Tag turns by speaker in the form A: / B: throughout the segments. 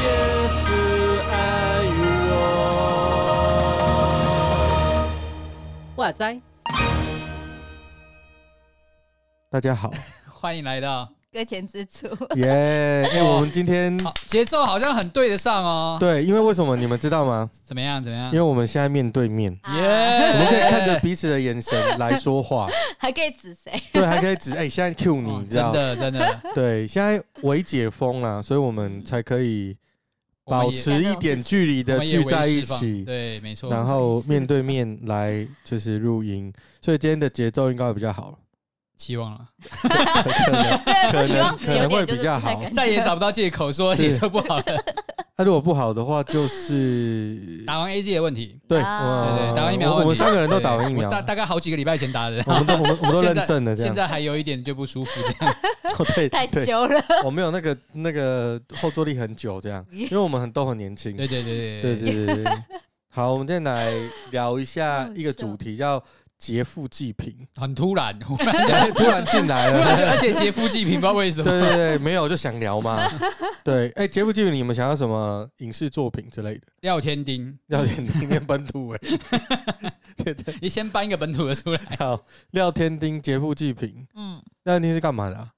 A: 也是爱我。哇塞！
B: 大家好，
C: 欢迎来到，
D: 搁浅之处，
B: 耶！哎，我们今天
C: 好，节奏好像很对得上哦。
B: 对，因为为什么你们知道吗？
C: 怎么样？怎么样
B: 因？为我们现在面对面，
D: 啊
C: 耶
B: 我们可以看着彼此的眼神来说 话，
D: 还可以指谁？
B: 对，还可以指哎，现在 Q 你，
C: 哦
B: 你知
C: 真
B: 道？
C: 的真的，
B: 对，现在微解封了，所以我们才可以
C: 我
B: 保
C: 们也
B: 持一点距离
C: 嗯我
B: 的
C: 们也
B: 聚
C: 为
B: 在一
C: 释放
B: 起，
C: 对，没错。
B: 然后面对面来就是录音，所以今天的节奏应该会比较 好，
C: 期望了，
B: 可能可能可能会比较好。
C: 再也找不到借口说
B: 是
C: 写作不好 了。
B: 那如果不好的话，就是
C: 打完 A Z 的问题，
B: 对，
D: 啊
B: 哇
C: 对对，打完疫苗的
B: 哦我
C: 问题，
B: 我们三个人都
C: 对
B: 打完疫苗
C: 我，大大概好几个礼拜前打的，
B: 我们都我们我们都
C: 现
B: 认
C: 在
B: 证了这
C: 现
B: 样。
C: 在还有一点就不舒服，这样
B: 哦 对
D: 太
B: 对，
D: 久了，
B: 我没有那个那个后坐力很久 这样，因为我们很都很年轻。
C: 对对对
B: 对对对对对。好，我们今天来聊一下一个主题，叫劫富济贫。哎
C: 很突 然，忽然间
B: 突然进来
C: 突然
B: 了，
C: 就而且劫富济贫，不知道为什
B: 对
C: 么。
B: 对对，没有就想聊 嘛。对，哎，劫富济贫，你们想要什么影视作品之类的？
C: 廖天丁，
B: 廖 天丁念本土 哎，现在
C: 你先搬一个本土的出来，
B: 好，廖天丁劫富济贫，
D: 嗯，
B: 廖天丁是干嘛的啊？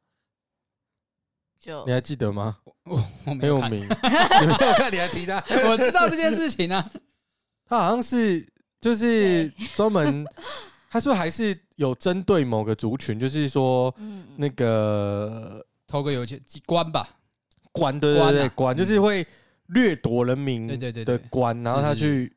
D: 就
B: 你还记得吗？
C: 我没
B: 很有
C: 看，
B: 名， 你哎没有看你还提他？
C: 我知道这件事情啊。
B: 他好像是就是专门，他是不是还是有针对某个族群，就是说
D: 嗯，
B: 那个
C: 偷个有钱官吧，
B: 官，对对
C: 官啊
B: 对，官就是会掠夺人民
C: 对对对
B: 的
C: 对，
B: 官，然后他
C: 是是
B: 去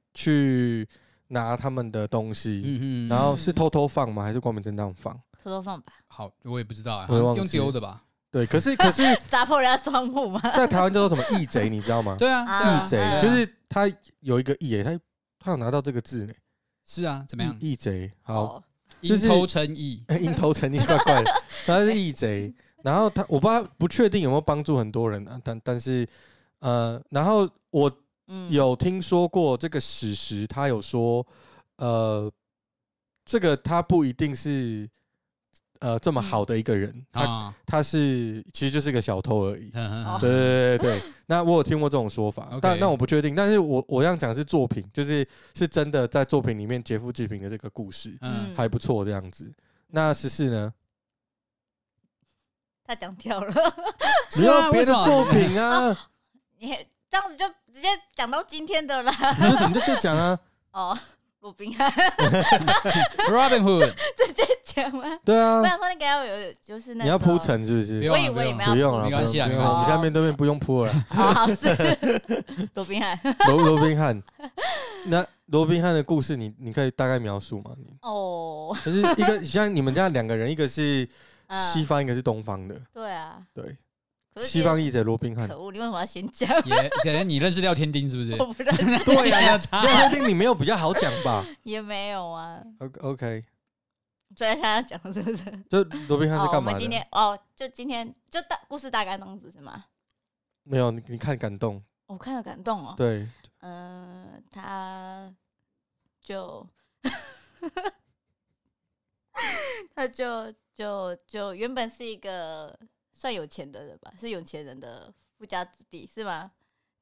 B: 去拿他们的东西，
C: 嗯嗯，
B: 然后是偷偷放吗？还是光明正大放？
D: 偷偷放吧，
C: 好，我也不知道啊，
B: 我也忘记
C: 用丢的吧？
B: 对，可是可是，
D: 砸破人家窗户吗？
B: 在台湾叫做什么义贼，你知道 吗？
C: 对啊，对啊
B: 义贼
D: 嗯
B: ，E 就是他有一个义欸，他他有拿到这个字呢，
C: 是啊，怎么样？
B: 义贼好。
D: 哦，
B: 嗯就
C: 因
B: 是
C: 偷称义，
B: 鹰头曾经怪怪的，他是义贼，然后他我不知道不确定有没有帮助很多人啊，但但是呃，然后我
D: 嗯，
B: 有听说过这个史实，他有说呃，这个他不一定是呃这么好的一个人，他
C: 啊，
B: 他是其实就是个小偷而已。
C: 嗯嗯
D: 哦
C: 嗯
B: 对对对对对，那我有听过这种说 法，
C: OK
B: 但但我不确定，但是我我这样讲是作品，就是是真的在作品里面劫富济贫的这个故事
C: 嗯，
B: 还不错这样子。那十四呢？
D: 他讲跳了，
B: 只有别
C: 为什
B: 的
C: 么
B: 作品啊，
D: 你这样子就直接讲到今天的啦。
B: 你就你就这样讲啊，
D: 哦，鲁宾汉
C: Robin Hood
D: 直接讲吗？
B: 对啊
D: 我，想说你给他有就是那
B: 你要
D: 时候
B: 铺，陈是不
C: 不
B: 是？
C: 用
D: 我
C: 啊
D: 以为你
C: 不
D: 们
B: 不用啊
D: 要
B: 了，
D: 铺
C: 没
D: 陈
C: 关系啊
B: 不
C: 没
B: 用
C: 关
D: 系
B: 我们现在面对面不用铺 了。
D: 哦，好是鲁宾
B: 啊
D: 汉
B: 罗罗宾汉，那罗宾汉的故事，你你可以大概描述吗？你
D: 哦，
B: 就是一个像你们这样两个人，一个是
D: 嗯
B: 西方，一个是东方的，
D: 对啊，
B: 对，
D: 可是
B: 西方译者罗宾汉。
D: 可恶，你为什么要先讲？
C: 也，可能你认识廖天丁是不是？
D: 我不认 识，
B: 对啊呀，
C: 要 查
B: 廖天丁你没有比较好讲 吧
D: 也没有啊。
B: ？OK OK，
D: 所以他要讲是不是？
B: 就罗宾汉
D: 哦
B: 是，
D: 我
B: 干嘛
D: 们今
B: 的？
D: 天哦，就今天就大故事大概那样子是吗？
B: 没有，你你看感动，
D: 我看了感动哦。
B: 对，
D: 嗯、他就 他就就就原本是一个算有钱的人吧，是有钱人的富家子弟是吗？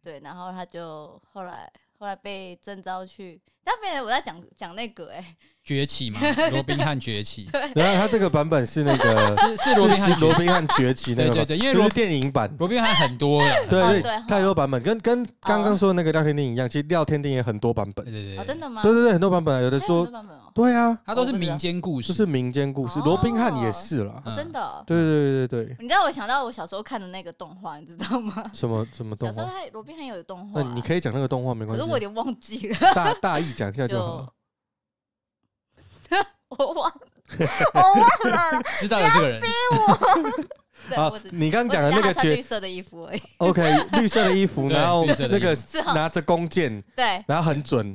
D: 对，然后他就后来后来被征召去，这样变成我在讲讲那个哎、
C: 崛起嘛，罗宾汉崛 起，
B: 然后他这个版本是那个
C: 是是罗宾
B: 罗
C: 汉崛起，
B: 宾汉崛起那
C: 对
B: 个
C: 对
B: 吗？
C: 对，因为
B: 就是
C: 罗
B: 电影版，
C: 罗宾汉很多了，
B: 对
D: 哦
B: 对
D: 对哈
B: 太多版本，跟跟刚刚说的那个廖天丁一样，其实廖天丁也很多版本
C: 对，对
D: 哦，
C: 对
D: 真
C: 对，
D: 的吗？
B: 对对对，很多版本啊，有的
D: 还有很
B: 说
D: 多版本哦，
B: 对啊，
C: 他都是
D: 我不知道
C: 民间故
B: 就
C: 事，
B: 是民间故事，
D: 哦
B: 罗宾汉也是啦，
C: 嗯
D: 真的哦、
B: 对对对对对，
D: 你知道我想到我小时候看的那个动画，你知道吗？
B: 什么什么
D: 小
B: 动
D: 时候
B: 画？
D: 他罗宾汉有动画
B: 那，你可以讲那个动画没
D: 啊可
B: 关
D: 是
B: 系
D: 我有，点忘记了，
B: 大大意讲一下就好了
D: 就。我忘， 我忘了。
C: 知道有这 个人，
D: 对，
B: 啊
D: 我只，
B: 你刚讲的那
D: 我
B: 个
D: 只知道他穿绿
B: 角
D: 色的衣服而已。
B: ，OK，绿色的衣服，
C: 对
B: 然后
C: 绿色的
B: 那
C: 衣服
B: 个
D: 是哈，
B: 拿着弓箭，
D: 对
B: 然后很准，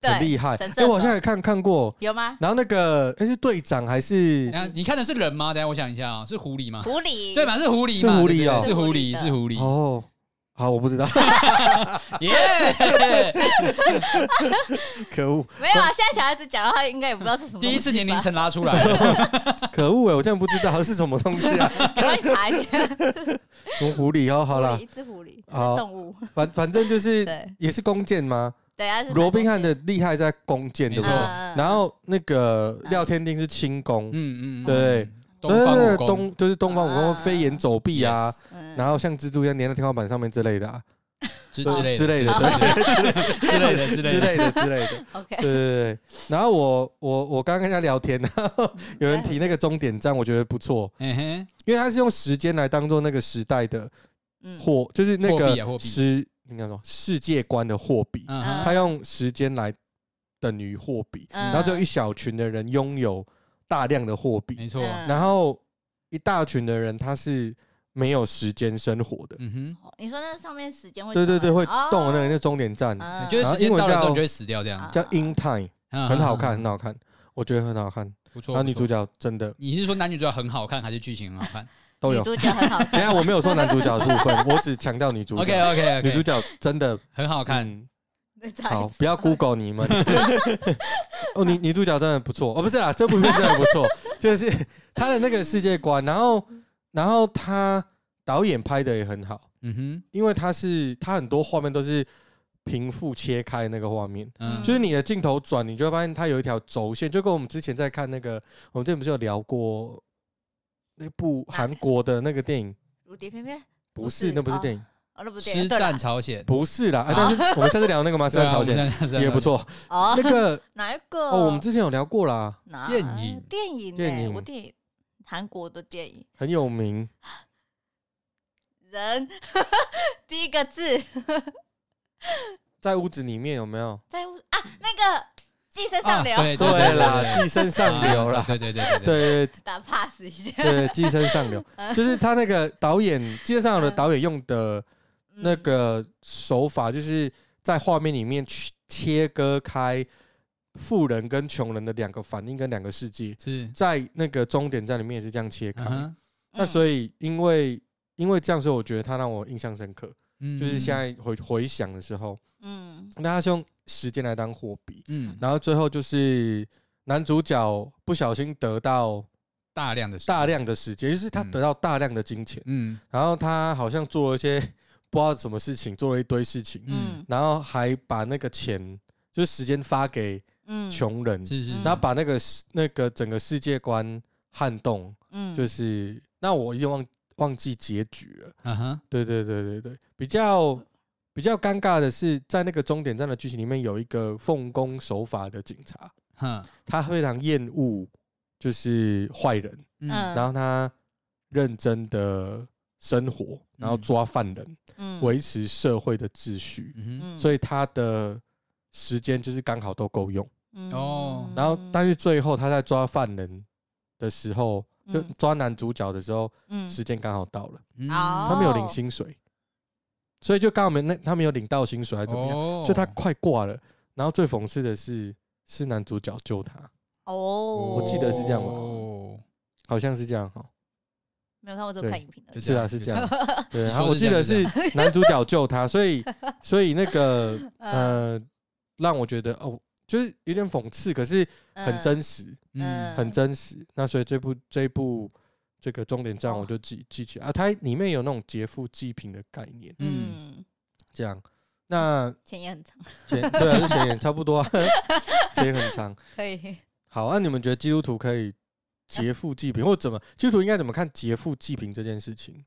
B: 很
D: 对，
B: 厉害。
D: 神射
B: 哎，我好
D: 手
B: 像也看看过，
D: 有吗？
B: 然后那个哎是队长还是
C: 等一下你看的是人吗？等一下我想一下啊，是狐狸吗？
D: 狐狸
C: 对？嘛，是狐狸
B: 是
C: 嘛，
B: 狐狸
C: 对对对
B: 哦
C: 是狐狸，
D: 是狐狸的
C: 是狐狸，
B: 哦？好，我不 知道，
C: 耶！
B: 可恶，
D: 没有啊，现在小孩子讲的话，应该也不知道是什么。
C: 第一次年龄，层拉出来了，
B: 可恶哎，我真的不知 道是什么东西啊，
D: 赶快查一下。
B: 什么狐狸哦， 好啦
D: 一，只狐狸，
B: 好
D: 是动物。
B: 反反正就是
D: 对，
B: 也是弓箭吗？
D: 等一下是
B: 罗宾汉
D: 的，
B: 的厉害在弓箭，对不
C: 没
B: 对
C: 错？
D: 嗯
B: 然后那个廖天丁是轻功，
C: 嗯嗯，嗯
B: 对，
C: 东方武
B: 对
C: 功，
B: 东就是东方武功
D: 啊
B: 飞檐走壁啊，
D: 嗯
B: 然后像蜘蛛一样粘在天花板上面之类的啊，
C: 之
B: 对
C: 类
B: 之类的，
D: 哦
C: 对 之类的之
B: 对
C: 类
B: 之
C: 的，
B: 类的之类的，
D: OK，
B: 对对对。然后我我我刚刚跟人家聊天，然后有人提那个终点站，我觉得不错，
C: 嗯哼，
B: 因为它是用时间来当做那个时代的
D: 嗯
B: 货，就是那
C: 货币啊货
B: 个
C: 币
B: 时应该说世界观的货币，
C: 嗯哼，
B: 它用时间来等于货币，
C: 啊
D: 嗯
B: 然后只有一小群的人拥有大量的货币，
C: 没错，
D: 嗯
B: 然后一大群的人他是没有时间生活的。
C: 嗯
D: 哦你说那上面时间会
B: 对对对，会
D: 哦
B: 动的那个那终点站
D: 嗯
C: 哼，就是时间到了之后你就会死掉这样子，
B: 叫 In Time，
C: 嗯
B: 很好看，很，好看，我觉得很好看。
C: 不错。
B: 然后女主
C: 角，
B: 角真的
C: 你是说男女主角很好看，还是剧情很好看
B: 都有
D: 女。主角 很好
B: 等一
D: 看，
B: 下我没有说男主角的部分，我只强调女 主
C: ？OK
B: 角。
C: OK
B: 女主
C: OK，
B: 角真的
C: 很好看，
B: 嗯
D: 那再
B: 好，不要 Google 你们。 哦，女女主角真的不错，哦，不是啦，这部片真的不错，就是她的那个世界观，然后然后她导演拍的也很好，
C: 嗯
B: 因为她是她很多画面都是平复切开那个画面。
C: 哼，嗯，
B: 就是你的镜头转，你就会发现它有一条轴线，就跟我们之前在看那个，我们之前不是有聊过那部韩国的那个电影？
D: 如蝶翩翩，
B: 不是，那不是电影，
D: 哦，那不对，
C: 师
D: 对啦
C: 战朝鲜，
B: 不是啦。啊，但是我们下次聊那 个吗？是
C: 对
B: 在
C: 啊
B: 朝鲜。，也不
C: 错。
B: 错，
D: 哦
B: 那，个
D: 哪一个？
B: 哦，我们之前有聊过啦，
D: 哪
C: 电影
D: 电影
B: 电
D: 呢
B: 影
D: 我电影韩国的电影
B: 很有名。
D: 人 第一个字
B: 在屋子里面有没有？
D: 在屋啊，那个寄生
C: 啊，
D: 上流
C: 对
B: 对啦，
C: 对啊
B: 寄生上流啦，
C: 对对对对对，
B: 对
D: 打 pass 一下，
B: 对对，寄生上 流，就是他那个导演，寄生上流的导演用的
D: 嗯
B: 那个手
C: 嗯
B: 法，就是在画面里面去切割开富人跟穷人的两个反应跟两个世界，
C: 是，
B: 在那个终点站里面也是这样切开。
C: 嗯
B: 那
D: 以
B: 所以因为因为这样，所以我觉得他让我印象深刻，
C: 哼，
B: 就是现在回回想的时候，
D: 嗯
B: 那他是用时间来当货币，
C: 嗯，嗯，
B: 然后最后就是男主角不小心得到
C: 大量的时间
B: 大，量的时间，就是他得到大量的金钱，
C: 嗯
B: 然后他好像做了一些不知道什么事情，做了一堆事情，
C: 嗯
D: 嗯
B: 然后还把那个钱就是时间发给
D: 嗯，
B: 穷人，
C: 是是，嗯是
B: 然后把那个世那个整个世界观撼动，
D: 嗯
B: 就是那我已经忘忘记结局了，
C: 嗯哼，
B: 对对对对对，比较。比较尴尬的是，在那个终点站的剧情里面，有一个奉公守法的警察，
C: 哼，
B: 他非常厌恶就是坏人，
C: 嗯
D: 嗯
B: 然后他认真的生活，然后抓犯人，
D: 嗯
B: 维持社会的秩序，
C: 嗯
B: 所以他的时间就是刚好都够用。
D: 以
C: 哦
D: 嗯
B: 然后，但是最后他在抓犯人的时候，就抓男主角的时候，
D: 嗯
B: 时间刚好到了，
C: 哼，
D: 好
B: 他没有
C: 哦
B: 领薪水，所以就刚好没那他没有领到薪水还是怎么样，
C: 样
B: 就他快挂了。然后最讽刺的是，是男主角救他，
D: 哦，
B: 我记得是这样吧
C: 哦
B: 好像是这样哈。
D: 没有看过，只有
B: 对
D: 看影评而
C: 就
D: 已。
B: 是啊，是
C: 就
B: 这
C: 这样
B: 样。对，
C: 你
B: 然后
C: 说
B: 我
C: 是
B: 记
C: 这
B: 得
C: 样嗯是
B: 是男主角救他，所 以所以那个呃，让我觉得哦，就是有点讽刺，可是很真实，
C: 嗯，
B: 很真实。那所以这部这一部这个终点站
D: 哦
B: 我就记记起来啊，它里面有那种劫富济贫的概念，
D: 嗯，嗯，
B: 这样。那
D: 钱也很长，
B: 钱对啊，就钱也差不多、啊， 钱也很长。
D: 可 以。
B: 好，那、你们觉得基督徒可以劫富济贫，或者怎么基督徒应该怎么看劫富济贫这件事情？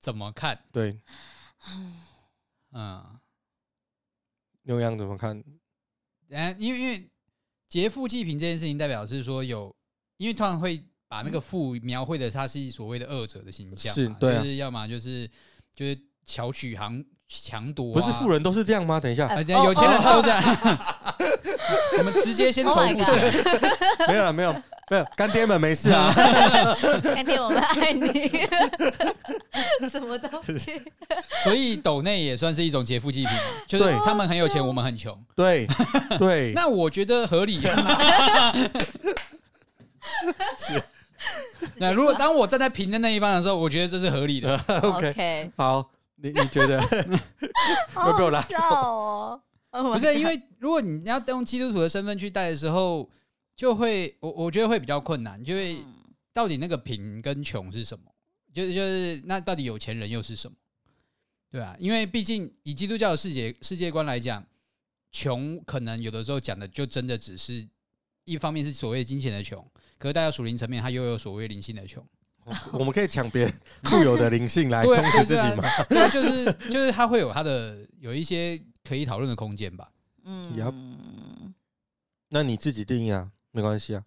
C: 怎么看？
B: 对，
C: 嗯，
B: 牛羊怎么看？
C: 然哎因为因为劫富济贫这件事情，代表是说有，因为通常会把
D: 嗯
C: 那个富描绘的他是所谓的恶者的形象嘛，
B: 是对啊
C: 就是要么就是就是巧取豪强夺啊，
B: 不是富人都是这样吗？等一 下，
C: 啊，
D: 哎
C: 人家有钱人都这样。 我们直接先仇
D: Oh
C: 富
D: my
C: 起来。
B: 没有了，没有，没有，干爹们没事 啊。
D: 干爹，我们 爱你。什么东西？
C: 所以斗内也算是一种劫富济贫，就是
B: 对
C: 他们很有钱，我们很穷。
B: 对对，
C: 那我觉得合理。 那如果当我站在平的那一方的时候，我觉得这是合理的。
B: OK，
D: OK，
B: 好，你你觉 得会被我拉
D: 笑哦。不
C: 不
B: 哎
C: 是因为如果你要用基督徒的身份去带的时候，就会我我觉得会比较困难，就会到底那个贫跟穷是什么？就是就是那到底有钱人又是什么？对啊，因为毕竟以基督教的世界世界观来讲，穷可能有的时候讲的就真的只是一方面是所谓金钱的穷，可是带到属灵层面，它又有所谓灵性的穷。
B: 我们可以抢别人固有的灵性来充
C: 哦对
B: 实自己吗？
C: 对啊，就是就是它会有它的有一些可以讨论的空间吧。
B: Yup
D: 嗯，
B: 那你自己定义啊，没关系啊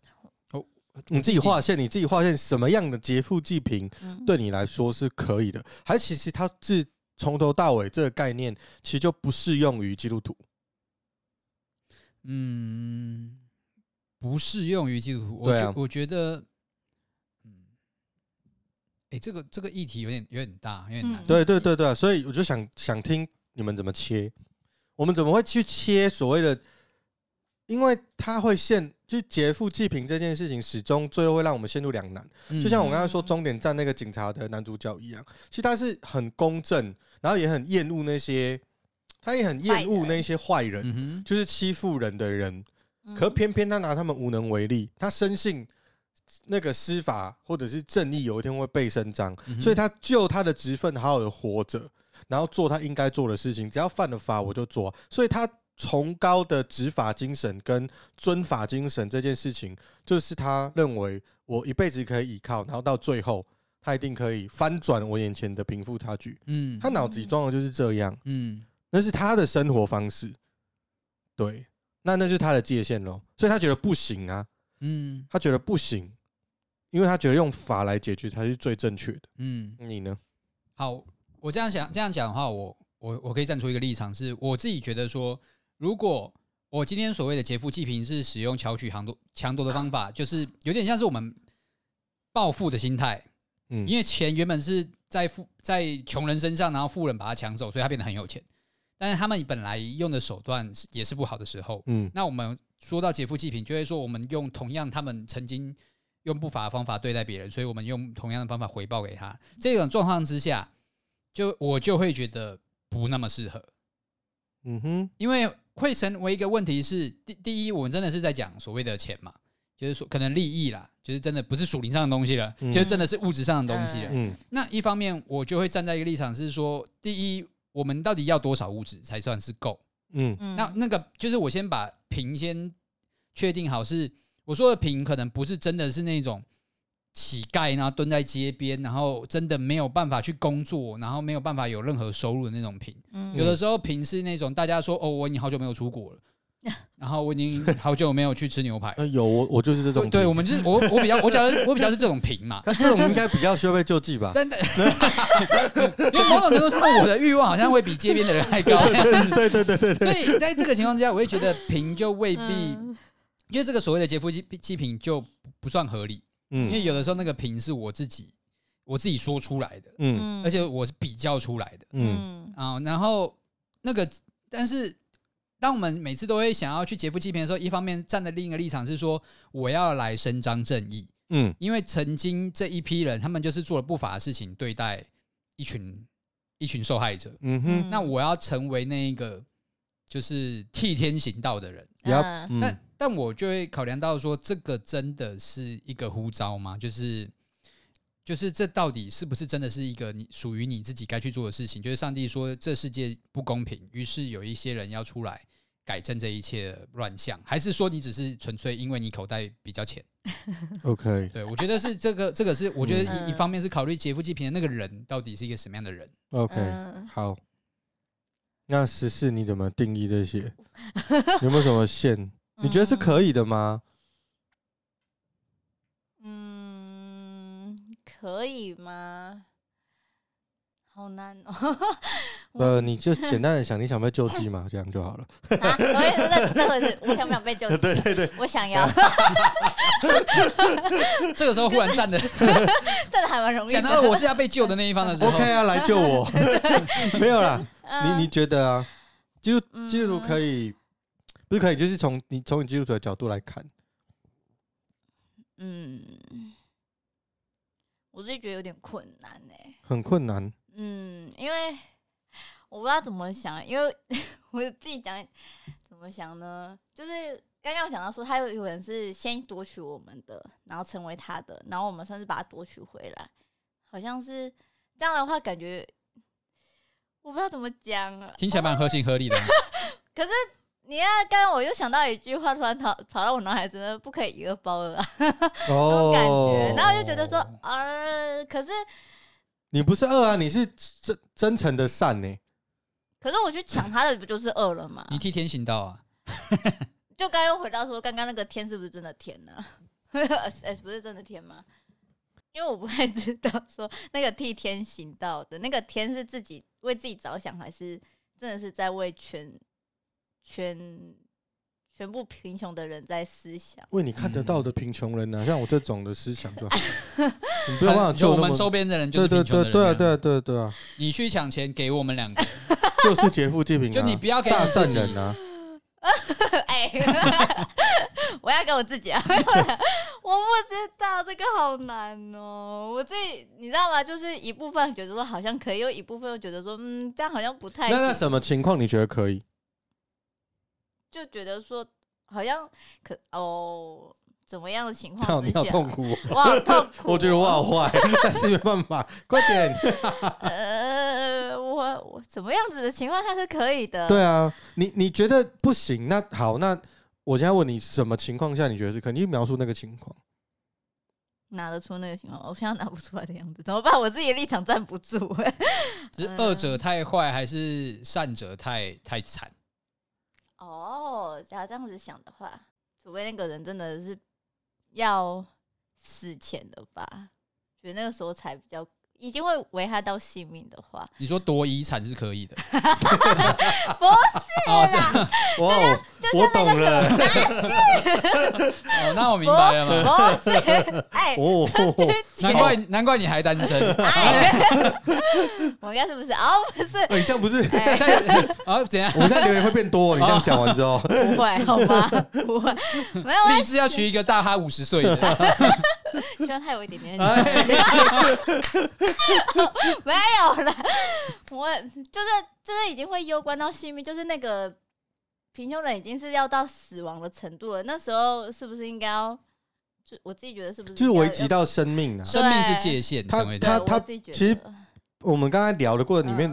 C: 哦。
B: 你自己划线，你自己划线，什么样的劫富济贫
D: 嗯
B: 对你来说是可以的？还是其实它是从头到尾这个概念，其实就不适用于基督徒。
C: 嗯，不适用于基督徒。我
B: 对
C: 觉
B: 啊
C: 我觉得，嗯，哎、这个这个议题有点有点大，有点难。
D: 嗯
B: 对对对对，所以我就想想听你们怎么切，我们怎么会去切所谓的？因为它会陷，就劫富济贫这件事情，始终最后会让我们陷入两难。
C: 嗯
B: 就像我刚刚说终点站那个警察的男主角一样，其实他是很公正，然后也很厌恶那些，他也很厌恶
D: 坏人
B: 那些坏人，
C: 嗯哼，
B: 就是欺负人的人。
D: 嗯
B: 可偏偏他拿他们无能为力，他深信那个司法或者是正义有一天会被伸张，
C: 嗯哼
B: 所以他就他的职分好好的活着，然后做他应该做的事情，只要犯了法我就做。所以他崇高的执法精神跟尊法精神这件事情，就是他认为我一辈子可以依靠，然后到最后他一定可以翻转我眼前的贫富差距。
C: 嗯
B: 他脑子里装的就是这样，
C: 嗯
B: 那是他的生活方式，对，那那是他的界限咯。所以他觉得不行啊，
C: 嗯
B: 他觉得不行，因为他觉得用法来解决才是最正确的。
C: 嗯，
B: 你呢？
C: 好，我这样想这样讲的话，我我我可以站出一个立场，是我自己觉得说，如果我今天所谓的劫富济贫是使用巧取强夺强夺的方法，就是有点像是我们暴富的心态，
B: 嗯，
C: 因为钱原本是在富在穷人身上，然后富人把它抢走，所以他变得很有钱。但是他们本来用的手段是也是不好的时候。
B: 嗯
C: 那我们说到劫富济贫，就会说我们用同样他们曾经用不法的方法对待别人，所以我们用同样的方法回报给他。这种状况之下，就我就会觉得不那么适合，
B: 嗯哼，
C: 因为会成为一个问题是第第一，我们真的是在讲所谓的钱嘛，就是说可能利益啦，就是真的不是属灵上的东西了，
B: 嗯
C: 就是真的是物质上的东西了。
B: 嗯
C: 那一方面，我就会站在一个立场是说，第一，我们到底要多少物质才算是够？
B: 嗯
D: 嗯
C: 那那个就是我先把贫先确定好是，我说的贫可能不是真的是那种乞丐，然后蹲在街边，然后真的没有办法去工作，然后没有办法有任何收入的那种贫。
D: 嗯
C: 有的时候贫是那种大家说哦，我已经好久没有出 国了，然后我已经好久没有去吃牛排了。
B: 那有我我就是这种
C: 对，
B: 病，
C: 对我们就是我我比较我比较我比较是这种 贫嘛，
B: 那这种应该比较需要被救济吧？
C: 但但因为某种程度上，我的欲望好像会比街边的人还高，
B: 对对对对对，
C: 所以在这个情况之下，我会觉得贫就未必，
D: 嗯
C: 就这个所谓的劫富济济贫就不算合理，因
B: 嗯
C: 为有的时候那个贫是我自己我自己说出来的，
B: 嗯
D: 嗯
C: 而且我是比较出来的
B: 嗯
C: 啊、然后那个，但是当我们每次都会想要去劫富济贫的时候，一方面站的另一个立场是说我要来伸张正义，
B: 嗯
C: 因为曾经这一批人，他们就是做了不法的事情，对待一群一群受害者。
B: 嗯哼，
C: 那我要成为那一个就是替天行道的人，
B: 要
D: 嗯
C: 但但我就会考量到说，这个真的是一个呼召吗？就是就是这到底是不是真的是一个你属于你自己该去做的事情？就是上帝说这世界不公平，于是有一些人要出来。改正这一切的乱象，还是说你只是纯粹因为你口袋比较浅？
B: OK
C: 对我觉得是这个，这个是我觉得一、
D: 嗯
C: 一方面是考虑劫富济贫的那个人到底是一个什么样的人。
B: OK，
D: 嗯
B: 好。那十四你怎么定义这些？有没有什么线？你觉得是可以的吗？
D: 嗯，可以吗？好难哦。 我
B: 呃，你就简单的想，你想被救济嘛，这样就好了。
D: 啊，我也是这回事，我想不想被救济？
B: 对对，
D: 我想要，
C: 这个时候忽然站的，
D: 真的还蛮容易的。
C: 讲到我是要被救的那一方的 时 候
B: OK 啊，来救我。没有 啦，
D: 嗯
B: 你你觉得啊？基督基督徒可
D: 以，
B: 以，不是可以，就是从你从你基督徒的角度来看，
D: 嗯，我自己觉得有点困难哎、
B: 很困难。
D: 嗯，因为我不知道怎么想，因为 我自己讲怎么想呢？就是刚刚我讲到说，他有有人是先夺取我们的，然后成为他的，然后我们算是把他夺取回来，好像是这样的话，感觉我不知道怎么讲啊。
C: 听起来蛮合情合理的。
D: 可是你要刚刚我又想到一句话，突然跑跑到我脑海中，真的不可以一个包了、啊、那种感
B: 哦
D: 觉，然后我就觉得说，啊，可是
B: 你不是恶啊，你是真真诚的善呢、
D: 可是我去抢他的，不就是饿了吗？
C: 你替天行道啊，
D: 就刚刚又回到说，刚刚那个天是不是真的天呢、 哎，不是真的天吗？因为我不太知道说那个替天行道的那个天是自己为自己着想，还是真的是在为全全全部贫穷的人在思想。
B: 为你看得到的贫穷人呢、啊像我这种的思想就好， 你不
C: 就
B: 要办法救
C: 我
B: 那
C: 们
B: 么
C: 周边的人就是
B: 对
C: 贫
B: 对
C: 穷的
B: 对
C: 人。
B: 对啊对啊对啊对啊，
C: 你去抢钱给我们 两个，
B: 就是劫富济贫、啊，
C: 就你不要给
B: 大
C: 你自
B: 善
C: 己
B: 人啊，
D: 哎， 我要给我自己啊！ 我不知道这个好难哦，我自己你知道吗？就是一部分觉得说好像可以，又一部分又觉得说嗯，这样好像不太
B: 那
D: 行。
B: 那什么情况你觉得可以？
D: 就觉得说好像可哦，怎么样的情
B: 靠，
D: 况
B: 你
D: 之
B: 好
D: 下，
B: 痛苦、哦，
D: 我好痛苦，啊
B: 我觉得我好坏，但是没办法，快点。
D: 呃，我我怎么样子的情况下是可以的，
B: 对啊，你你觉得不行，那好，那我现在问你，什么情况下你觉得是可以？你描述那个情况。
D: 拿得出那个情况，我现在拿不出来的样子，怎么办？我自己的立场站不住、哎
C: 是恶者太坏还是善者太太惨？
D: 哦，假如这样子想的话，除非那个人真的是要死前的吧，觉得那个时候才比较。已经会危害到性命的话，
C: 你说夺遗产是可以的，
D: 不是
C: 哦
D: 啦，
C: 是
D: 啊
B: 哇哦，我懂了
C: 哦，那我明白了嘛。
D: 不是，哎，
B: 哦，
C: 难怪难怪你还单身，
D: 哎我应该是不是？哦，不是，
B: 哎，这样不是？
D: 哎、
C: 在啊怎样
B: 我？现在留言会变多，你这样讲完之 后，
D: 不会，好吗？不会，没有，啊
C: 立志要娶一个大他五十岁的，
D: 希望他有一点点
C: 哎
D: 没有了，我 就是就是已经会攸关到性命，就是那个贫穷人已经是要到死亡的程度了，那时候是不是应该要？就我自己觉得是不是
B: 就是危及
D: 要
B: 到生命啊。
C: 生命是界限，
B: 他
C: 成为这
D: 要
C: 样
B: 他他
D: 对我自己觉得
B: 其实我们刚才聊的过程里面，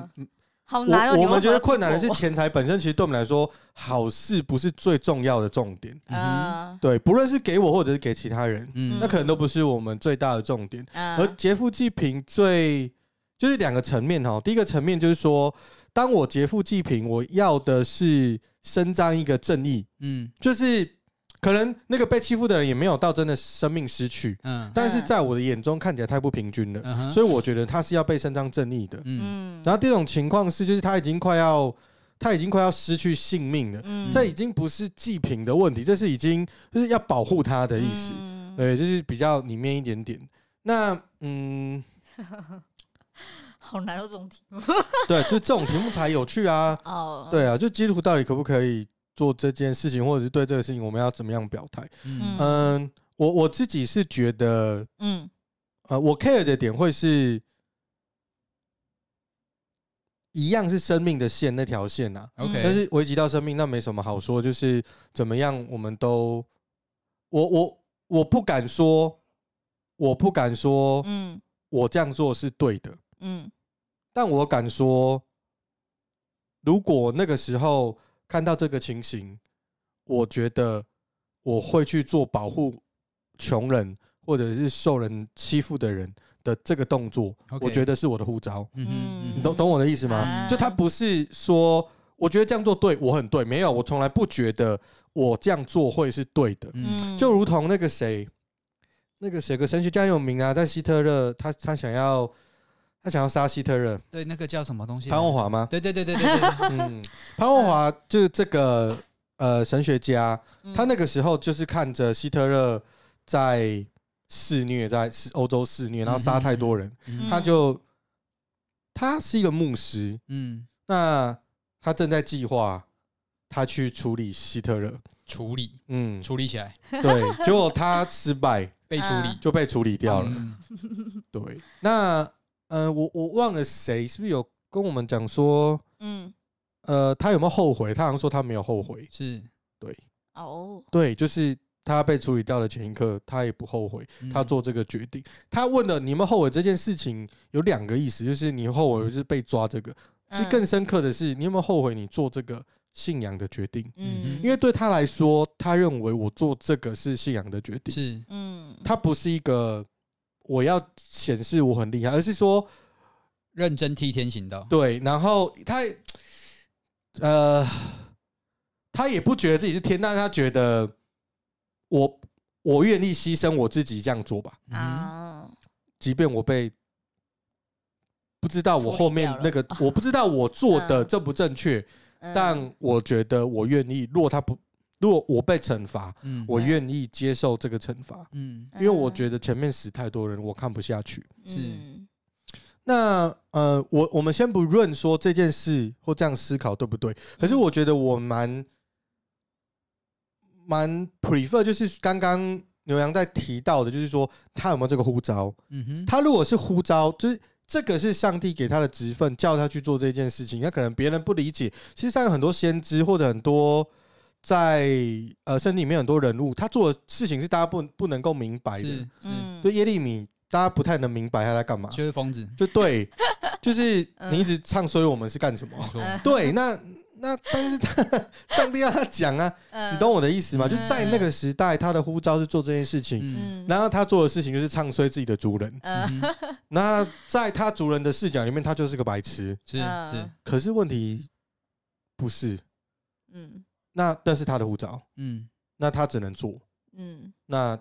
D: 好难哦、
B: 我
D: 你
B: 我们觉得困难的
D: 为什
B: 是
D: 么
B: 钱财本身，其实对我们来说，好事不是最重要的重点。
D: 要问我，
B: 对，不论是给我或者是给其他人，
C: 嗯
B: 那可能都不是我们最大的重点。
D: 嗯
B: 而劫富济贫最就是两个层面哈，第一个层面就是说，当我劫富济贫，我要的是伸张一个正义，
C: 嗯
B: 就是可能那个被欺负的人也没有到真的生命失去，
C: 嗯
B: 但是在我的眼中看起来太不平均了，
C: 嗯哼
B: 所以我觉得他是要被伸张正义的。
C: 嗯
D: 嗯
B: 然后第二种情况是，就是他已经快要他已经快要失去性命了，
D: 嗯
B: 这已经不是济贫的问题，这是已经就是要保护他的意思。
D: 嗯
B: 对，就是比较里面一点点。那嗯，
D: 好难哦，这种题目
B: 对，就这种题目才有趣啊。
D: 哦，
B: 对啊，就基督徒到底可不可以做这件事情，或者是对这个事情我们要怎么样表态？
C: 嗯
B: 嗯，我我自己是觉得，
D: 嗯
B: 呃，我 care 的点会是，一样是生命的线那条线啊。
C: ，OK，
B: 但是危及到生命，那没什么好说，就是怎么样，我们都，我我我不敢说，我不敢说
D: 嗯
B: 我这样做是对的，
D: 嗯
B: 但我敢说，如果那个时候看到这个情形，我觉得我会去做保护穷人或者是受人欺负的人的这个动作
C: OK
B: 我觉得是我的护照。
C: 嗯哼
B: 你
C: 嗯
B: 懂懂我的意思吗？
D: 啊
B: 就他不是说我觉得这样做对我很对，没有，我从来不觉得我这样做会是对的。
C: 嗯
D: 嗯，
B: 就如同那个谁，那个谁，有个神学家很有名啊，在希特勒，他他想要他想要杀希特勒，
C: 对那个叫什么东西？
B: 潘文华吗？
C: 对对对对对对，
B: 嗯，潘文华就是这个呃神学家，
D: 嗯
B: 他那个时候就是看着希特勒在肆虐，在欧洲肆虐，然后杀太多人，
C: 嗯
B: 他就他是一个牧师，
C: 嗯，
B: 那他正在计划他去处理希特勒，
C: 处理
B: 嗯，
C: 处理起来，
B: 对，结果他失败
C: 被处理
D: 嗯
B: 就被处理掉了。
C: 嗯
B: 对，那呃，我我忘了谁是不是有跟我们讲说，
D: 嗯，
B: 呃，他有没有后悔？他好像说他没有后悔。
C: 是
B: 对
D: 哦，
B: 对，就是他被处理掉的前一刻，他也不后悔，
C: 嗯
B: 他做这个决定。他问了你们后悔这件事情有两个意思，就是你后悔是被抓这个，其实
D: 嗯
B: 更深刻的是，你有没有后悔你做这个信仰的决定？
D: 嗯，
B: 因为对他来说，他认为我做这个是信仰的决定，
C: 是
D: 嗯，
B: 他不是一个我要显示我很厉害，而是说
C: 认真替天行道，
B: 对，然后他呃，他也不觉得自己是天，但是他觉得我我愿意牺牲我自己这样做吧，
C: 啊，
D: 啊，
B: 即便我被不知道我后面
D: 处理
B: 那个，我不知道我做的
D: 嗯
B: 正不正确，
D: 嗯
B: 但我觉得我愿意。若他不，如果我被惩罚，
C: 嗯
B: 我
D: 嗯
B: 愿意接受这个惩罚，
C: 嗯
B: 因为我觉得前面死太多人，我看不下去。
D: 嗯
C: 是
D: 嗯
B: 那呃，我我们先不论说这件事或这样思考对不对，可是
C: 嗯
B: 我觉得我蛮蛮 prefer 就是刚刚牛羊在提到的，就是说他有没有这个呼召？
C: 嗯哼，
B: 他如果是呼召，就是这个是上帝给他的职分，叫他去做这件事情，那可能别人不理解。其实上有很多先知或者很多在呃圣经里面很多人物，他做的事情是大家不不能够明白
C: 是
B: 的。
C: 是，
D: 嗯
B: 就耶利米，大家不太能明白他在干嘛。
C: 就是疯子，
B: 就对，就是你一直唱衰我们是干什么
C: 没？错，
B: 对，那那但是他 上帝要他讲啊，
D: 嗯
B: 你懂我的意思吗？
C: 嗯
B: 就在那个时代，他的呼召是做这件事情，
C: 嗯
D: 嗯
B: 然后他做的事情就是唱衰自己的族人。
D: 嗯
C: 嗯哼
B: 那在他族人的视角里面，他就是个白痴。
C: 是是
D: 嗯，
B: 可是问题不是，
D: 嗯
B: 那那是他的呼召，
C: 嗯，
B: 那他只能做，
D: 嗯
B: 那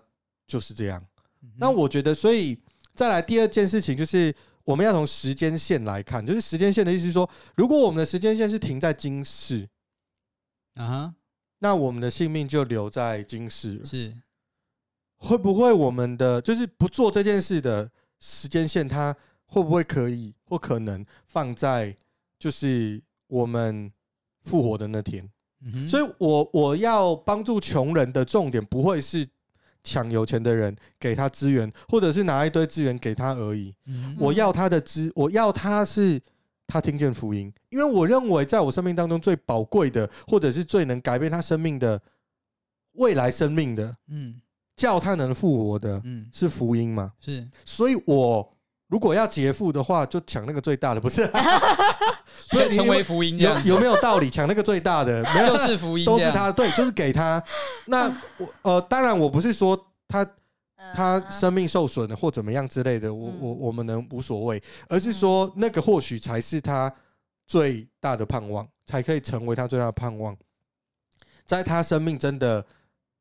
B: 就是这样。
C: 嗯哼
B: 那我觉得，所以再来第二件事情就是，我们要从时间线来看，就是时间线的意思是说，如果我们的时间线是停在今世，
C: 啊
B: 那我们的性命就留在今世了
C: 哈。是
B: 会不会我们的就是不做这件事的时间线，它会不会可以或可能放在就是我们复活的那天？
C: 嗯哼，
B: 所
C: 以
B: 以我我要帮助穷人的重点不会是抢有钱的人给他资源，或者是拿一堆资源给他而已。
C: 嗯
B: 我要他的知，我要他是他听见福音，因为我认为在我生命当中最宝贵的，或者是最能改变他生命的未来生命的，
C: 嗯
B: 叫他能复活的
C: 嗯
B: 是福音嘛。
C: 是
B: 所以我如果要劫富的话，就抢那个最大的，不是？不
C: 就是成为福音这
B: 有
C: 样
B: 有，有没有道理？抢那个最大的，没有
C: 就是福音，
B: 都是，他，对，就是给他。那我呃，当然我不是说他
D: 嗯
B: 他
D: 嗯
B: 生命受损了或怎么样之类的，我
D: 嗯
B: 我我们能无所谓，而是说那个或许才是他最大的盼望，才可以成为他最大的盼望。在他生命真的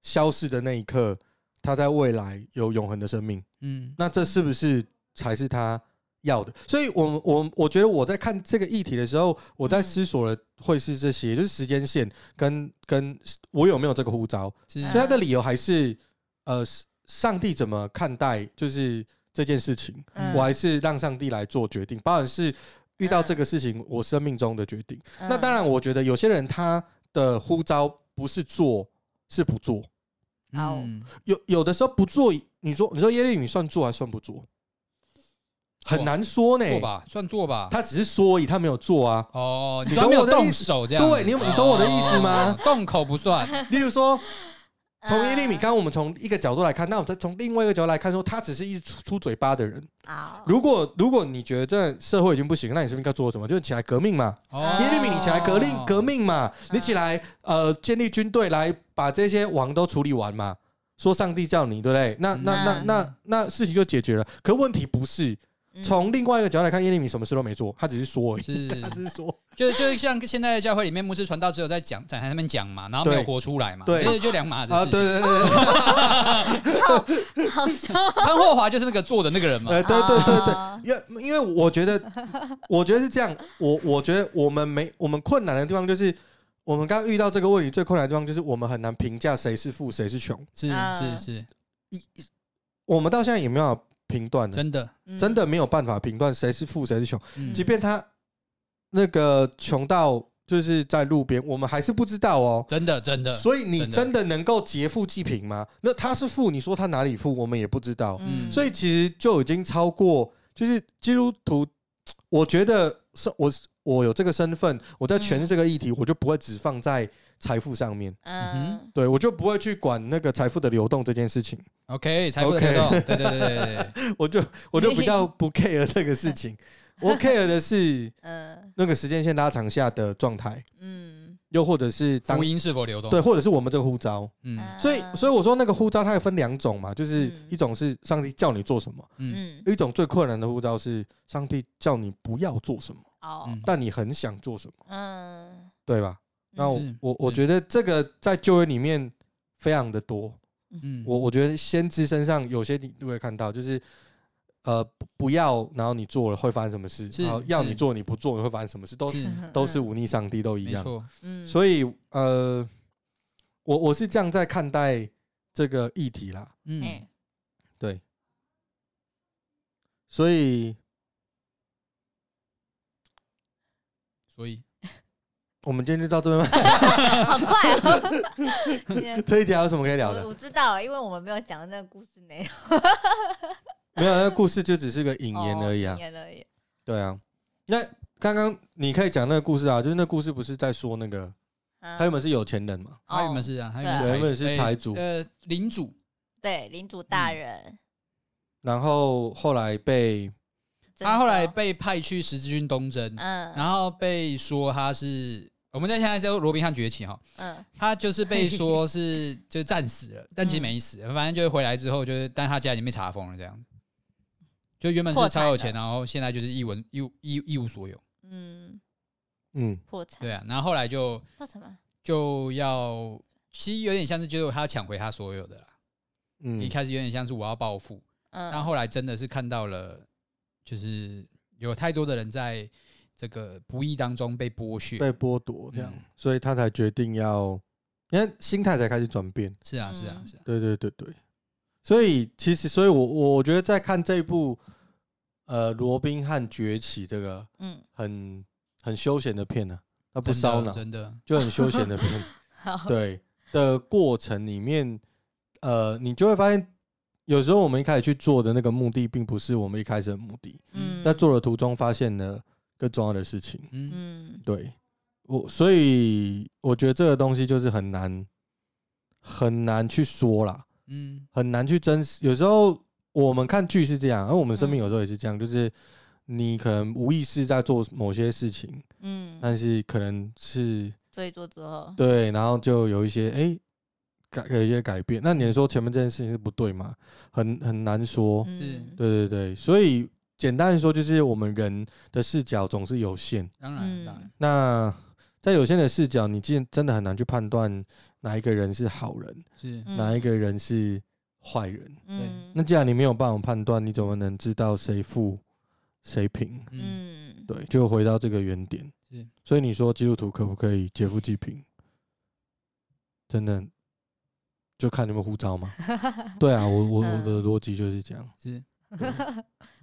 B: 消逝的那一刻，他在未来有永恒的生命，
C: 嗯
B: 那这是不是才是他要的？所以我，我我觉得我在看这个议题的时候，我在
D: 嗯
B: 思索的会是这些，就是时间线跟跟我有没有这个呼召，
C: 是
B: 所以
D: 嗯
B: 他的理由还是呃，是上帝怎么看待就是这件事情，
D: 嗯
B: 我还是让上帝来做决定，包含是遇到这个事情我生命中的决定。
D: 嗯
B: 那当然，我觉得有些人他的呼召不是做，是不做。
C: 嗯
B: 有有的时候不做，你说你说耶利米算做还算不做？很难说呢、
C: 做吧，算做吧，
B: 他只是说而已，他没有做 啊。
C: 哦，你
B: 你
C: 说
B: 懂
C: 没有
B: 我的
C: 动
B: 意思
C: 手这样子，
B: 对你你懂我的意思吗
C: 哦？动口不算，
B: 例如说，从耶利米，
D: 嗯
B: 刚刚我们从一个角度来看，那我们再从另外一个角度来看说他只是一直出出嘴巴的人。
D: 啊
B: 如果如果你觉得这社会已经不行，那你是不是应该做什么？就是起来革命嘛，
C: 哦
B: 耶利米，你起来革命革命嘛，你起来呃建立军队来把这些王都处理完嘛。说上帝叫你，对不对？那那那
D: 嗯
B: 那那事情就解决了。可问题不是从另外一个角度来看，耶利米什么事都没做，他只是说而已，
C: 是，
B: 他只是说。
C: 就就像现在的教会里面，牧师传道只有在讲讲台上面讲嘛，然后没有
B: 对
C: 活出来嘛，
B: 对
C: 这就两码子
B: 啊，
C: 事
B: 对
C: 情。
B: 对对 对
D: 好笑，
C: 潘霍华就是那个做的那个人嘛，
B: 呃对对对对，
D: 啊
B: 因为因为我觉得， 我觉得是这样，我我觉得我们没我们困难的地方就是，我们刚刚遇到这个问题最困难的地方就是我们很难评价谁是富谁是穷，
C: 是是
D: 啊
C: 是，
B: 我们到现在也没有办法评断的，
C: 真的，
D: 嗯
B: 真的没有办法评断谁是富谁是穷，
C: 嗯
B: 即便他那个穷到就是在路边，我们还是不知道哦。
C: 真的真的，
B: 所以你
C: 真的
B: 真的能够劫富济贫吗？那他是富，你说他哪里富，我们也不知道。
C: 嗯
B: 所以其实就已经超过，就是基督徒，我觉得是我我有这个身份，我在诠释这个议题，我就不会只放在财富上面，
C: 嗯
D: 嗯，
B: 对我就不会去管那个财富的流动这件事情，
C: OK，财富的
B: OK
C: 流动，对对对对对对，
B: 我就我就比较不 care 这个事情，我 care 的是
D: 嗯
B: 那个时间线拉长下的状态，
D: 嗯
B: 又或者是 当
C: 福音是否流动？
B: 对，，或者是我们这个呼召。
D: 啊
C: 嗯
B: 所以，所以我说那个呼召它有分两种嘛，就是
D: 嗯
B: 一种是上帝叫你做什么，
C: 嗯
D: 嗯
B: 一种最困难的呼召是上帝叫你不要做什么，
D: 哦
C: 嗯，
B: 但你很想做什么，
D: 嗯，
B: 对吧？那我
C: 是
B: 我我
C: 是
B: 觉得这个在旧约里面非常的多，
C: 嗯，
B: 我我觉得先知身上有些你都会看到，就是呃不不要，然后你做了会发生什么事，
C: 是
B: 然后要
C: 是
B: 你做你不做你会发生什么事，都
C: 是
B: 嗯
C: 嗯
B: 都是忤逆上帝都一
C: 没
B: 样。
C: 错，
D: 嗯，
B: 所以呃，我我是这样在看待这个议题啦，
C: 嗯
D: 哎，
B: 对。所以
C: 所以
B: 我们今天就到这边吧。
D: 好快哦！你
B: 这一条有什么可以聊
D: 我
B: 嗯的？
D: 我知道，因为我们没有讲那个故事内容，
B: 没有，那故事就只是个引言
D: 哦
B: 而已啊
D: 引。言而已。
B: 对啊，那刚刚你可以讲那个故事啊，就是那故事不是在说那个
D: 嗯
B: 他原本是有钱人嘛，
C: 还有没
D: 哦
C: 有是啊？还
D: 对
B: 啊
C: 有没有
B: 对
C: 财
B: 财
C: 主？
B: 主
C: 哎呃，领主，
D: 对领主大
B: 嗯
D: 人，
B: 然后后来被
D: 征
C: 他后来
D: 召
C: 被派去十字军东征，
D: 哦嗯
C: 然后被说他是我们在现在叫《罗宾汉崛起》哈，
D: 嗯
C: 他就是被说是就战死了，但其实没死，反正就是回来之后就是，但他家已经被查封了这样子。就原本是
D: 破产
C: 超有钱，
D: 了
C: 然后现在就是一文一无一一无所有，
D: 嗯
B: 嗯
D: 破产
C: 对啊，然后后来就
D: 叫什么？
C: 就要，其实有点像是就是他要抢回他所有的啦，一
B: 嗯
C: 开始有点像是我要报复，
D: 嗯，
C: 但后来真的是看到了，就是有太多的人在这个不义当中被剥削，
B: 被剥夺这样
C: 嗯，
B: 所以他才决定要，你看心态才开始转变。
C: 是啊，是啊，
D: 嗯
C: 是啊，
B: 对对对对，所以其实，所以我我觉得在看这一部呃《罗宾汉崛起》这个
D: 嗯
B: 很很休闲的片呢、啊它不
C: 真的
B: 烧脑，
C: 真的，
B: 就很休闲的片。
D: 好
B: 对的过程里面，呃，你就会发现，有时候我们一开始去做的那个目的，并不是我们一开始的目的，
D: 嗯
B: 在做的途中发现了更重要的事情。
C: 嗯，
D: 嗯
B: 对我，所以我觉得这个东西就是很难很难去说啦。
C: 嗯，
B: 很难去真实。有时候我们看剧是这样，而我们生命
D: 嗯
B: 有时候也是这样，就是你可能无意识在做某些事情，
D: 嗯，
B: 但是可能是
D: 做一做之后，
B: 对，然后就有一些哎、诶改有一些改变。那你说前面这件事情是不对吗？很很难说。
C: 是
D: 嗯
B: 对对对，所以简单地说，就是我们人的视角总是有限。
C: 当然，当然
D: 嗯，
B: 那在有限的视角，你真真的很难去判断哪一个人是好人，
C: 是，
D: 嗯
B: 哪一个人是坏人。
D: 嗯
B: 那既然你没有办法判断，你怎么能知道谁负谁平？
C: 嗯，
D: 嗯
B: 对，就回到这个原点
C: 是。
B: 所以你说基督徒可不可以劫富济贫？真的就看你们护照吗？对啊，我我我的
D: 嗯
B: 逻辑就是这样。
C: 是，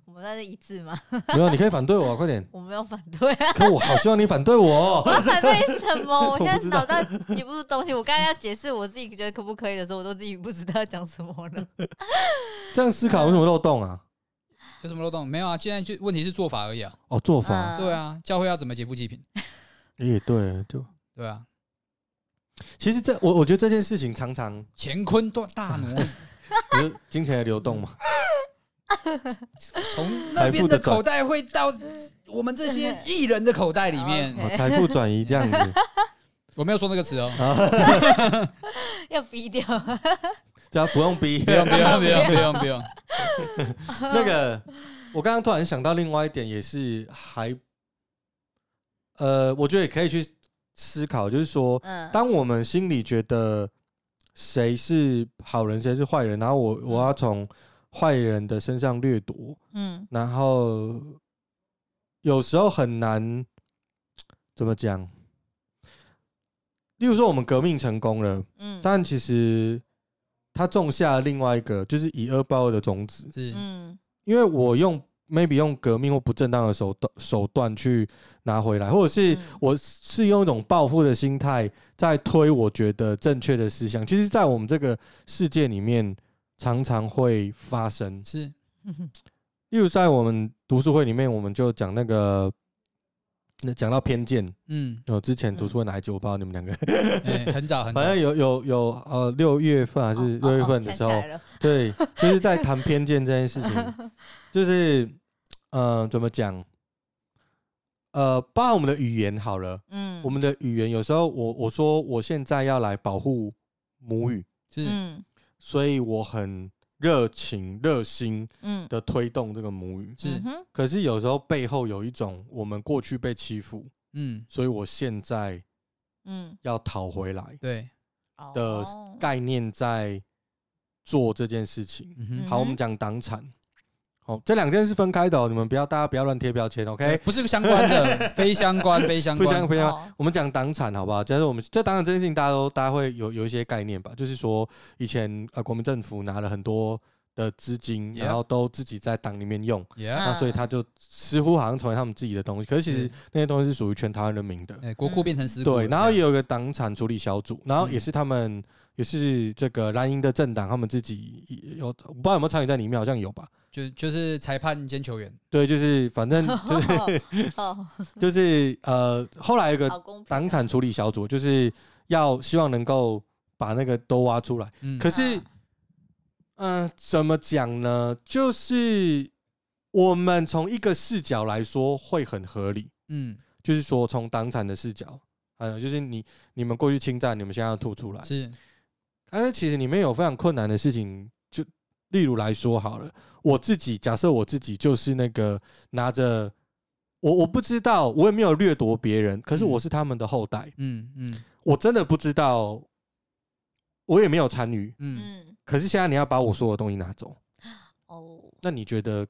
D: 我们在这一致吗？
B: 没有，你可以反对我、啊，快点！
D: 我没有反对啊，
B: 可我好希望你反对我、哦
D: 我要反对什么？ 我
B: 不
D: 现在
B: 知道
D: 脑袋记不住东西。我刚才要解释我自己觉得可不可以的时候，我都自己不知道要讲什么 了。
B: 这样思考有什么漏洞啊？
C: 有什么漏洞？没有啊，现在就问题是做法而已啊，
B: 哦，做法、
D: 嗯
C: 对啊，教会要怎么劫富济贫？嗯
B: 也对，就
C: 对啊，
B: 其实这我我觉得这件事情常常
C: 乾坤大 大挪移，
B: 就是金钱的流动 嘛，
C: 从那
B: 财
C: 边
B: 富
C: 的
B: 的
C: 口袋会到我们这 些艺人的口袋里面。
D: 啊 OK
B: 哦财富转移这 样子。
C: 我没有说那个词 哦，
D: 要逼掉，
B: 只要不用逼，
C: 不用不用不用不用不 用，
B: 那个，我刚刚突然想到另外一点，也是还，呃，我觉得也可以去思考，就是说，
D: 嗯，
B: 当我们心里觉得谁是好人，谁是坏人，然后我我要从坏人的身上掠夺，
D: 嗯
B: 然后有时候很难怎么讲。例如说，我们革命成功了，
D: 嗯
B: 但其实他种下了另外一个就是以恶报恶的种子，
C: 是
D: 嗯
B: 因为我用 maybe 用革命或不正当的手段手段去拿回来，或者是
D: 嗯
B: 我是用一种报复的心态在推我觉得正确的思想。其实，在我们这个世界里面，常常会发生。
C: 是，
B: 例如，在我们读书会里面，我们就讲那个那讲到偏见，
C: 嗯，
B: 我之前读书会哪一集我不知道你们两 个，
C: 哎，很早很早
B: 反，正有有有呃六月份还是
D: 哦
B: 六月份的时，候
D: 哦哦想起，来了
B: 对，就是在谈偏见这件事 情，就是呃怎么讲，呃，包含我们的语言好了，
D: 嗯，
B: 我们的语言有时候我我说我现在要来保护母语，
C: 是
D: 嗯
B: 所以我很热情热心
D: 嗯
B: 的推动这个母语，
C: 是
D: 嗯，哼
B: 可是有时候背后有一种我们过去被欺负，
C: 嗯，
B: 所以我现在
D: 嗯
B: 要讨回来
C: 对，
B: 的
D: 哦
B: 概念在做这件事情。
C: 嗯哼
B: 好，我们讲党产，好，这两件是分开的、哦，你们不要大家不要乱贴标签
C: 对
B: ，OK？
C: 不是相关的， 非相关，非相
B: 不相
C: 关，
B: 不相，
D: 哦
B: 我们讲党产好不好？就是我们这党产这件事情，大家都大家会有有一些概念吧？就是说，以前呃，国民政府拿了很多的资金，
C: Yeah
B: 然后都自己在党里面用，
C: Yeah，
B: 那所以他就似乎好像成为他们自己的东西，可是其实
C: 啊是
B: 那些东西是属于全台湾人民的。
C: 哎，国库变成私库了，
B: 对，然后
C: 这
B: 也
C: 样
B: 有一个党产处理小组，然
C: 嗯
B: 后也是他们、也是这个蓝营的政党，他们自己有我不知道有没有参与在里面，好像有吧？
C: 就就是裁判兼球员，
B: 对，就是反正就是
D: 哦，
B: 就是呃，后来有个
D: 好公平
B: 党
D: 啊，
B: 产处理小组，就是要希望能够把那个都挖出来。
C: 嗯，
B: 可是，嗯、怎么讲呢？就是我们从一个视角来说会很合理，
C: 嗯
B: 就是说从党产的视角，还有就是你你们过去侵占，你们现在要吐出来。
C: 是
B: 但是其实里面有非常困难的事情，就例如来说好了，我自己假设我自己就是那个拿着我我不知道，我也没有掠夺别人，可是
C: 嗯
B: 我是他们的后代，
C: 嗯嗯
B: 我真的不知道，我也没有参与。
C: 嗯，
D: 嗯，
B: 可是现在你要把我所有东西拿走，
D: 哦，
B: 那你觉得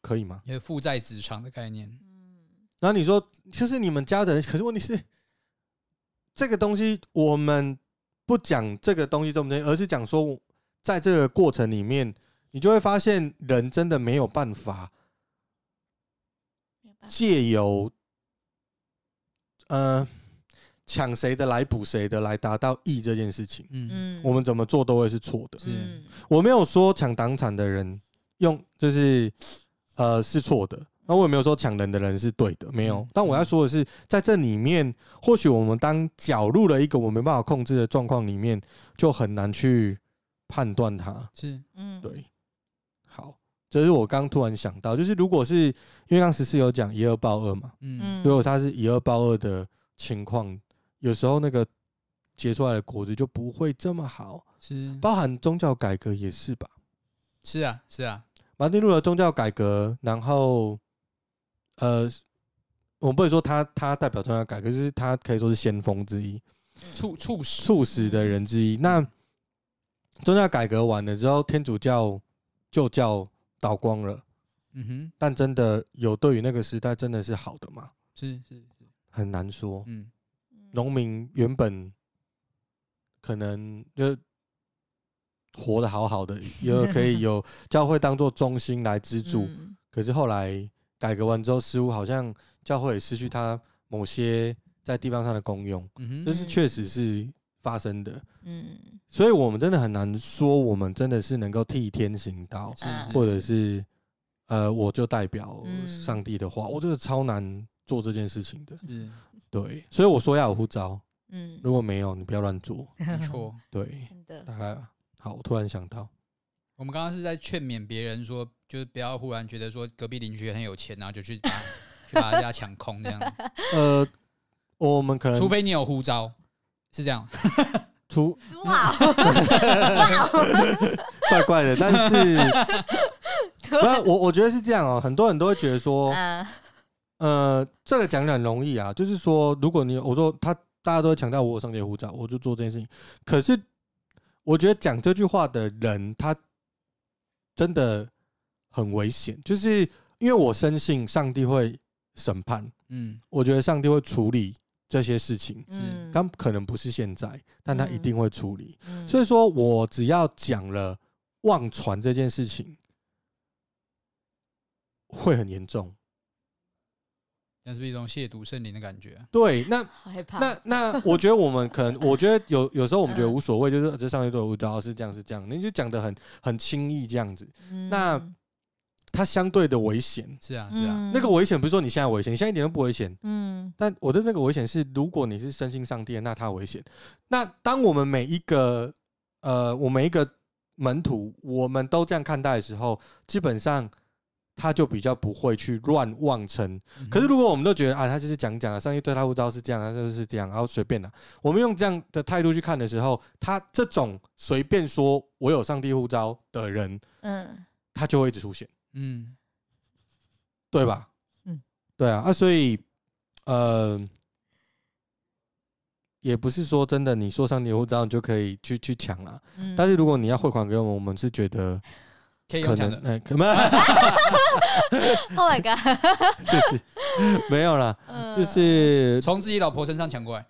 B: 可以吗？
C: 有负债职场的概念，
D: 嗯，
B: 然后你说就是你们家的人，可是问题是 这个东西我们不讲这个东西这么东西，而是讲说在这个过程里面，你就会发现人真的没有办法
D: 没有办法
B: 借由呃抢谁的来补谁的来达到义这件事情，
C: 嗯
D: 嗯，
B: 我们怎么做都会是错的。
C: 是
D: 嗯
B: 我没有说抢党产的人用就是呃是错的，那我也没有说抢人的人是对的，没有
C: 嗯。
B: 但我要说的是，在这里面，或许我们当搅入了一个我没办法控制的状况里面，就很难去判断它。
C: 是
D: 嗯，
B: 对，好，这是我刚突然想到，就是如果是因为刚十四有讲一二报二嘛，
C: 嗯
D: 嗯，
B: 如果它是以二报二的情况，有时候那个结出来的果子就不会这么好，
C: 是
B: 包含宗教改革也是吧。
C: 是啊是啊，
B: 马丁路德宗教改革，然后呃，我们不能说他他代表宗教改革，就是他可以说是先锋之一，
C: 促促使
B: 促使的人之一。那宗教改革完了之后，天主教旧教倒光了，
C: 嗯哼
B: 但真的有对于那个时代真的是好的吗？
C: 是是
B: 很难说。
C: 嗯
B: 农民原本可能就活得好好的，也可以有教会当做中心来资助。
D: 嗯
B: 可是后来改革完之后，似乎好像教会也失去它某些在地方上的功用，
C: 嗯哼
B: 这是确实是发生的。
D: 嗯，
B: 所以我们真的很难说，我们真的是能够替天行道，
D: 啊
B: 或
C: 嗯
B: 者是呃，我就代表
D: 嗯
B: 上帝的话，我真的超难做这件事情的。
C: 是
B: 对，所以我说要有护照，
D: 嗯，
B: 如果没有，你不要乱做。
C: 没错。
B: 对，
D: 真的，
B: 大概好，我突然想到，
C: 我们刚刚是在劝勉别人说，就是不要忽然觉得说隔壁邻居很有钱，然后就去把去把他家抢空这样，
B: 呃，我们可能
C: 除非你有护照，是这样。
B: 除
D: 哇，
B: 怪怪的，但是不是我，我觉得是这样哦、很多人都会觉得 说，
D: 嗯
B: 呃，这个讲得很容易啊，就是说，如果你我说他，大家都会强调我有上街护照，我就做这件事情。可是，我觉得讲这句话的人，他真的很危险，就是因为我深信上帝会审判，
C: 嗯，
B: 我觉得上帝会处理这些事情，
D: 嗯，
B: 但可能不是现在，但他一定会处理。
D: 嗯
B: 所以说我只要讲了忘传这件事情，会很严重。
C: 那是不是一种亵渎圣灵的感觉？
B: 对，那
D: 好害怕，
B: 那 那，我觉得我们可能，我觉得有有时候我们觉
D: 嗯
B: 得无所谓，就是呃这上一对我知道是这样是这样，你就讲的很很轻易这样子。
D: 嗯
B: 那它相对的危险。
C: 是啊，是啊，
B: 那个危险不是说你现在危险，你现在一点都不危险。
E: 嗯
B: 但我的那个危险是，如果你是身心上帝，那它危险。那当我们每一个呃，我每一个门徒，我们都这样看待的时候，基本上他就比较不会去乱妄称。
C: 嗯哼
B: 可是如果我们都觉得啊，他就是讲讲啊，上帝对他呼召是这样，啊，就是这样，然后随便啦、我们用这样的态度去看的时候，他这种随便说我有上帝呼召的人，
D: 嗯，
B: 他就会一直出现，
C: 嗯，
B: 对吧？嗯
E: 嗯，
B: 对啊，啊，所以呃，也不是说真的，你说上帝呼召你就可以去去抢啊。
E: 嗯，
B: 但是如果你要汇款给我们，我们是觉得
C: 可以
B: 可
C: 用讲
B: 能，
C: 的，
B: 哎、可能
D: Oh my god，
B: 就是没有 啦，
D: 嗯
B: 就是
C: 从自己老婆身上抢过来，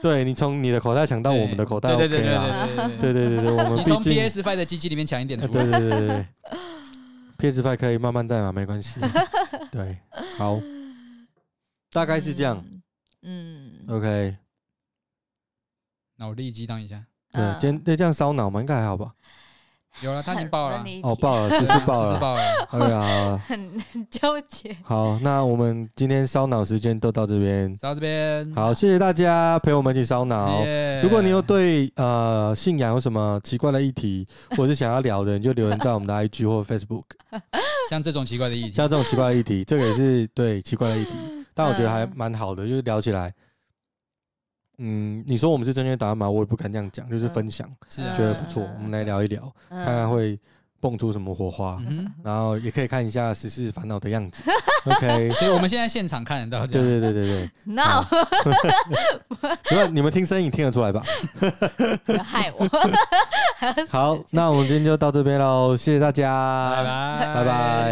B: 对你从你的口袋抢到我们的口袋
C: 对
B: OK
C: 对对
B: 啦，
C: 对
D: 啊
C: 对对对
B: 对对对对，我们
C: 你
B: 毕
C: 从
B: 竟
C: PS Five 的机器里面抢一点
B: 啊
C: 出
B: 对
C: 来，
B: 对对对对，PS Five 可以慢慢再嘛，没关 系。对，好，大概是这样。
E: 嗯，嗯，
B: OK，
C: 脑力激荡一下。
B: 对，
D: 嗯
B: 今天对这样烧脑嘛，应该还好吧？
C: 有了，他已经爆了
D: 很 难，理
B: 哦，
D: 解
B: 爆了，时
C: 对
B: 事
C: 啊
B: 爆
C: 是是
B: 了。
C: 爆了，
B: 哎呀，
D: 很很纠结。
B: 好，那我们今天烧脑时间都到这边。
C: 到这
D: 嗯
C: 边。
B: 好，谢谢大家陪我们一起烧脑。
C: 耶，
B: 如果你有对呃信仰有什么奇怪的议题，或者是想要聊的，你就留言在我们的 IG 或 Facebook。
C: 像这种奇怪的议题，
B: 像这种奇怪的议 题，这个也是对奇怪的议题，但我觉得还蛮好的，就是聊起来。嗯，你说我们是正确答案吗？我也不敢这样讲，就是分享，
C: 是啊
B: 觉得
C: 是啊
B: 不错，
D: 嗯
B: 我们来聊一聊，
D: 嗯
B: 看看会蹦出什么火花，
C: 嗯哼，
B: 然后也可以看一下《时事烦恼》的样子。OK，
C: 所以我们哦现在现场看得到，
B: 对
C: 这样
B: 对对对 对，
D: No，
B: 因为你们听声音听得出 来吧？
D: 不要害我。
B: 好，那我们今天就到这边喽，谢谢大家，
C: 拜拜
B: 拜
D: 拜拜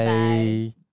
B: 拜。